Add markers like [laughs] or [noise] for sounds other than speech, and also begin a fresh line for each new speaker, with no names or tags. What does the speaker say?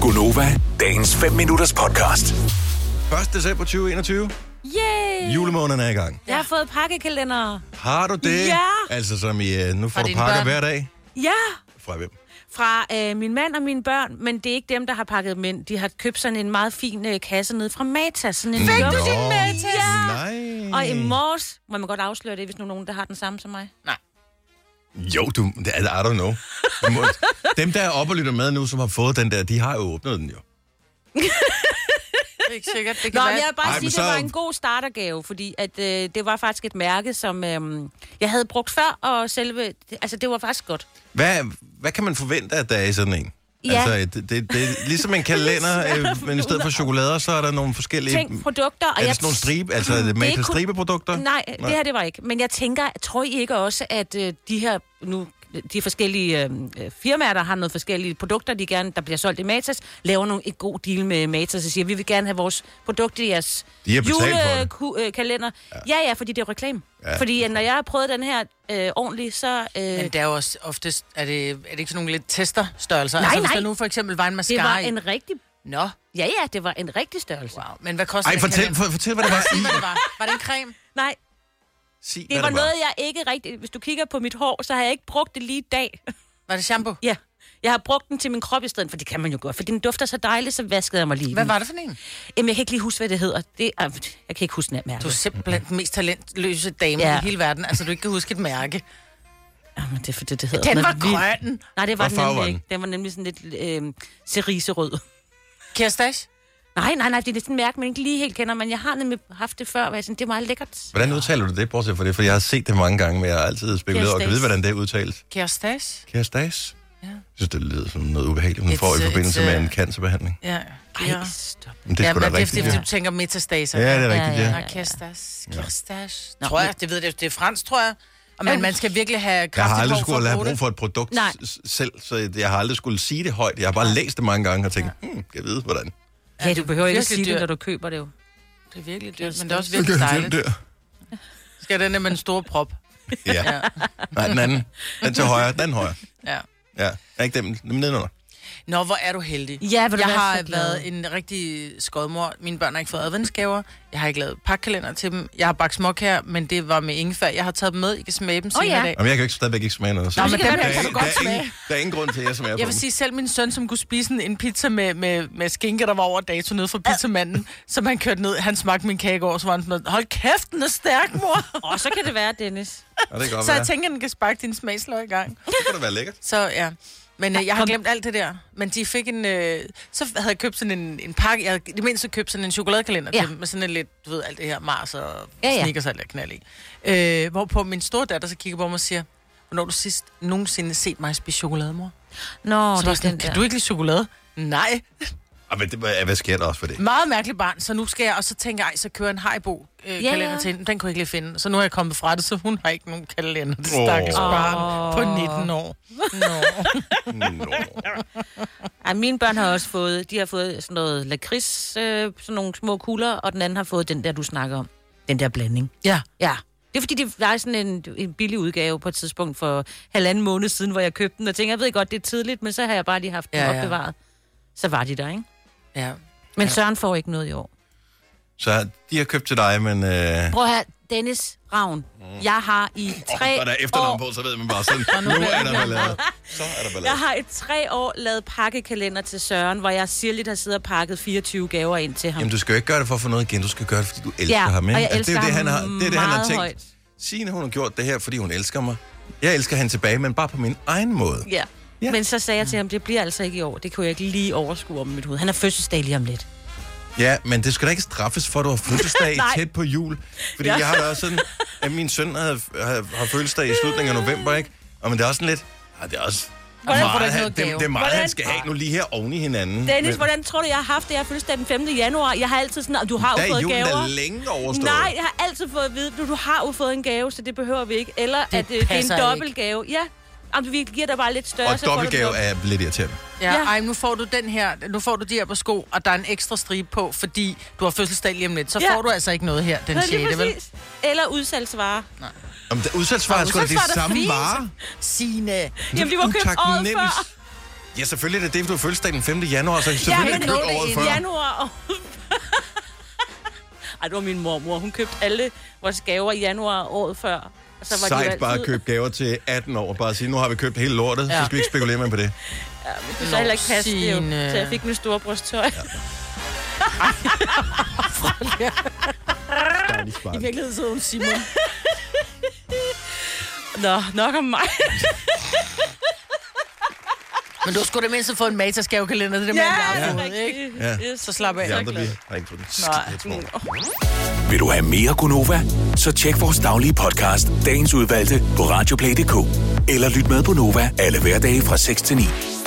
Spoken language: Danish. Gunova, dagens 5 minutters podcast.
1. december 2021.
Yay!
Julemåneden er i gang.
Jeg har fået pakkekalender.
Har du det?
Ja.
Altså som i, øh, nu får
Fra
du
dine
pakker
børn.
hver dag.
Ja!
Fra hvem?
Fra øh, min mand og mine børn, men det er ikke dem, der har pakket dem ind. De har købt sådan en meget fin øh, kasse ned fra Matas. Sådan en Fik
Nå.
Ja!
Nej.
Og i morges, må man godt afsløre det, hvis nu er nogen, der har den samme som mig.
Nej.
Jo, du, det er- I don't know. Du
[laughs]
må- Dem, der er oppe og lytter med nu, som har fået den der, de har jo åbnet den jo.
Det er ikke sikkert. Det kan
Nå,
være,
men jeg vil bare
Ej,
Ej,
men
sige,
så-
det var en god startergave, fordi at, øh, det var faktisk et mærke, som øh, jeg havde brugt før, og selve... Altså, det var faktisk godt.
Hvad, hvad kan man forvente, at der er i sådan en?
Ja.
Altså, det, det, det er ligesom en
[laughs]
kalender, øh, men i stedet for chokolader, så er der nogle forskellige...
Tænk produkter, og
er det
jeg...
sådan nogle stribe, altså er
Det
det
er
made
ikke kun-
stribeprodukter?
Nej, det her det var ikke. Men jeg tænker, tror I ikke også, at øh, de her nu de forskellige øh, øh, firmaer, der har noget forskellige produkter, de gerne, der bliver solgt i Matas, laver nogle, et god deal med Matas og siger, vi vil gerne have vores produkt i jeres
De har betalt for det.
julekalender. Ja. ja, ja, fordi det er reklame. Ja, fordi øh, når jeg har prøvet den her øh, ordentligt, så... Øh,
Men
det
det er jo også oftest, er det, er det ikke sådan nogle lidt testerstørrelser?
Nej,
altså, hvis
nej.
der nu for eksempel var en mascara
var
i-
en rigtig...
Nå,
Ja, ja, det var en rigtig størrelse. Wow.
wow. Men hvad koster
Nej,
den
fortæl,
kalender?
for, fortæl, hvad det var i.
Hvad det var. Var det en creme?
Nej,
Sig,
det
hvad
var noget, jeg ikke rigtig... Hvis du kigger på mit hår, så har jeg ikke brugt det lige i dag.
Var det shampoo?
Ja. Jeg har brugt den til min krop i stedet, for det kan man jo godt, for den dufter så dejligt, så vaskede jeg mig lige.
Hvad var det for en?
Jamen, jeg kan ikke lige huske, hvad det hedder. Det er, jeg kan ikke huske den mærke.
Du er simpelthen den mest talentløse dame
Ja.
ja. i hele verden. Altså, du ikke kan huske et mærke.
Jamen, det er for det, det hedder.
Den
Ah, Men
var
vi-
grøn.
Nej, det var
Hvad
den
farve var
nemlig
den?
ikke. Den var nemlig sådan lidt øh, ceriserød.
Kirstash?
Nej, nej, nej, det er sådan en mærke, man ikke lige helt kender, men jeg har nemlig haft det før, og jeg er sådan, det er meget lækkert.
Hvordan udtaler du det, bortset fra det? For jeg har set det mange gange, men jeg har altid spekuleret og kan
Kærestas.
vide, hvordan det udtales.
Kirstash?
Kærestas?
Ja. øh,
Jeg synes, det lyder som noget ubehageligt, man
It's
får i
a-
forbindelse
it's a-
med en cancerbehandling.
Ja.
Ej, stop.
Men det er
ja,
sgu
men
da
det er fordi,
rigtigt.
fordi
Ja.
du tænker metastaser.
ja, det er
Ja,
rigtigt,
ja,
ja.
ja.
Og Kirstash. Kirstash. Tror jeg, det ved jeg, det er fransk, tror jeg. Og
Ja.
man, man skal virkelig have
Jeg har
kraftigt
aldrig
hår for
skulle
at
have
bruge det.
brug for et produkt
Nej.
s- selv, så jeg har aldrig skulle sige det højt. Jeg har bare læst det mange gange og tænkt, hmm, kan jeg vide, hvordan?
Ja, du behøver ikke at
virkelig
sige det,
dyrt.
når du køber det jo.
Det er virkelig dyrt, men det er også virkelig
[laughs]
dejligt. Skal den der med en stor prop?
Ja. Nej, den anden. Den til højre, den højre.
Ja.
Ja, er ikke dem, dem nedenunder.
Nå, hvor er du heldig.
Ja, vil du
jeg
være
har
så glad.
været en rigtig skodmor. Mine børn har ikke fået adventsgaver. Jeg har ikke lavet pakkalender til dem. Jeg har bagt småk her, men det var med ingefær. Jeg har taget dem med. I kan smage dem senere
ja.
i dag.
Jamen, jeg kan jo ikke, stadigvæk ikke smage noget. Så
Nå, men
der,
dem
er,
her
der,
kan du
er,
godt
der, er ingen,
smage.
der er ingen grund til, at jeg smager på
Jeg vil
dem.
sige, selv min søn, som kunne spise sådan en pizza med, med, med skinke, der var over dato nede fra pizzamanden, som han kørte ned, han smagte min kage i går, så var han sådan noget, hold kæft, den er stærk, mor.
Og så kan det være, Dennis.
Og det kan godt
så jeg
være.
tænker, den kan sparke din smagsløg i gang.
Det kunne da være lækkert.
Så ja. Men øh, jeg har glemt alt det der. Men de fik en... Øh, så havde jeg købt sådan en, en pakke. Jeg havde i det mindste købt sådan en chokoladekalender ja.
Ja.
til dem, med sådan en lidt, du ved, alt det her Mars og
Ja,
ja,
ja.
ja. sneakers og alt det der knald i. Øh, hvorpå min store datter så kigger på mig og siger, hvornår har du sidst nogensinde set mig spise chokolade, mor?
Nå,
Og så
det er
var jeg sådan,
den
kan
der.
du ikke lide chokolade? Nej.
Og Ah, men det, hvad hvad sker der også for det?
Meget mærkeligt barn, så nu skal jeg... Og så tænker jeg, ej, så kører en haribo øh,
ja.
kalender til hende. Den kunne jeg ikke lige finde. Så nu er jeg kommet fra det, så hun har ikke nogen kalender. Det
Åh.
stakkels oh. barn på 19 år. Nå.
Nå.
Ej, mine børn har også fået, de har fået sådan noget lakrids, øh, sådan nogle små kugler, og den anden har fået den der, du snakker om. Den der blanding.
Ja.
Ja. Det er fordi, det var sådan en, en billig udgave på et tidspunkt for halvanden måned siden, hvor jeg købte den, og tænkte, jeg ved godt, det er tidligt, men så har jeg bare lige haft den
Ja, ja.
opbevaret. Så var de der, ikke?
Ja.
Men Søren får ikke noget i år.
Så de har købt til dig, men... Øh...
Prøv at høre, Dennis Ravn. Jeg har i
Mm. Åh,
tre
når der er
år...
efternavn på, så ved man bare
[laughs]
sådan, nu er der ballade. Så er der ballade.
Jeg har i tre år lavet pakkekalender til Søren, hvor jeg sirligt har siddet og pakket 24 gaver ind til ham.
Jamen, du skal jo ikke gøre det for at få noget igen. Du skal gøre det, fordi du elsker
Ja,
ham. Ikke?
og jeg
Altså,
elsker
det er jo det, han
ham
har, det er det, han har
meget
tænkt.
højt.
Signe, hun har gjort det her, fordi hun elsker mig. Jeg elsker hende tilbage, men bare på min egen måde.
Ja.
Ja.
ja. Men så sagde jeg til ham, det bliver altså ikke i år. Det kunne jeg ikke lige overskue om mit hoved. Han er fødselsdag lige om lidt.
Mm. Ja, men det skal da ikke straffes for, at du har
[laughs]
fødselsdag
Nej.
tæt på jul. Fordi
Ja.
jeg har da også sådan, at min søn havde, havde, har fødselsdag i slutningen af november, ikke? Og men det er også sådan lidt, ah, det er også
Hvordan får du
meget,
ikke
han,
noget
det, det er
gave?
meget,
Hvordan-
han skal have nu lige her oven i hinanden.
Dennis, hvordan tror du, jeg har haft det? Jeg har fødselsdag den 5. januar. Jeg har altid sådan, "Nå, du har
Der
jo
er
fået
julen
gaver.
da længe overstået.
Nej, jeg har altid fået at vide, du, du har jo fået en gave, så det behøver vi ikke. Eller det at øh, det er
passer
en
ikke.
dobbeltgave. Ja, Jamen, vi giver dig bare lidt større.
Og
så får du
dobbeltgave
noget.
er lidt irriterende.
Ja,
Ja.
ja. Ej, nu får du den her, nu får du de her på sko, og der er en ekstra stribe på, fordi du har fødselsdag lige om lidt. Så
Ja.
ja. får du altså ikke noget her den
Nå, lige
6. vel?
præcis. Eller udsalgsvarer.
Jamen, udsalgsvarer er sgu da de
udsalgsvarer er da
samme
fint. [laughs]
varer.
Signe.
Jamen, de var købt året før.
Ja, selvfølgelig er det det, for du har fødselsdag den 5. januar, så selvfølgelig
jeg
har
kan
du
nå
købt
det
året
i
før.
januar. [laughs] Ej, det var min mormor. Hun købte alle vores gaver i januar året før. Og så var de jo
Sejt bare at købe gaver til 18 år. Bare at sige, nu har vi købt hele lortet, ja. så
Ja.
skal vi ikke spekulere mere på det.
Ja, men det kunne så heller ikke passe det jo.
Signe.
Så
øh,
jeg fik min store brysttøj. Ja.
Dejligt
I
sparet.
virkeligheden sidder hun Simon.
[laughs] Nå, nok om mig.
Men du skulle da mindst have fået en matasgavekalender, det er det, man ikke har fået, ikke?
Ja.
Så slap af.
De
Jeg
andre, vi
glad.
har ikke fået den skide små.
Vil du have mere Gunova? Så tjek vores daglige podcast, dagens udvalgte, på radioplay.dk. Eller lyt med på Nova alle hverdage fra 6 til 9.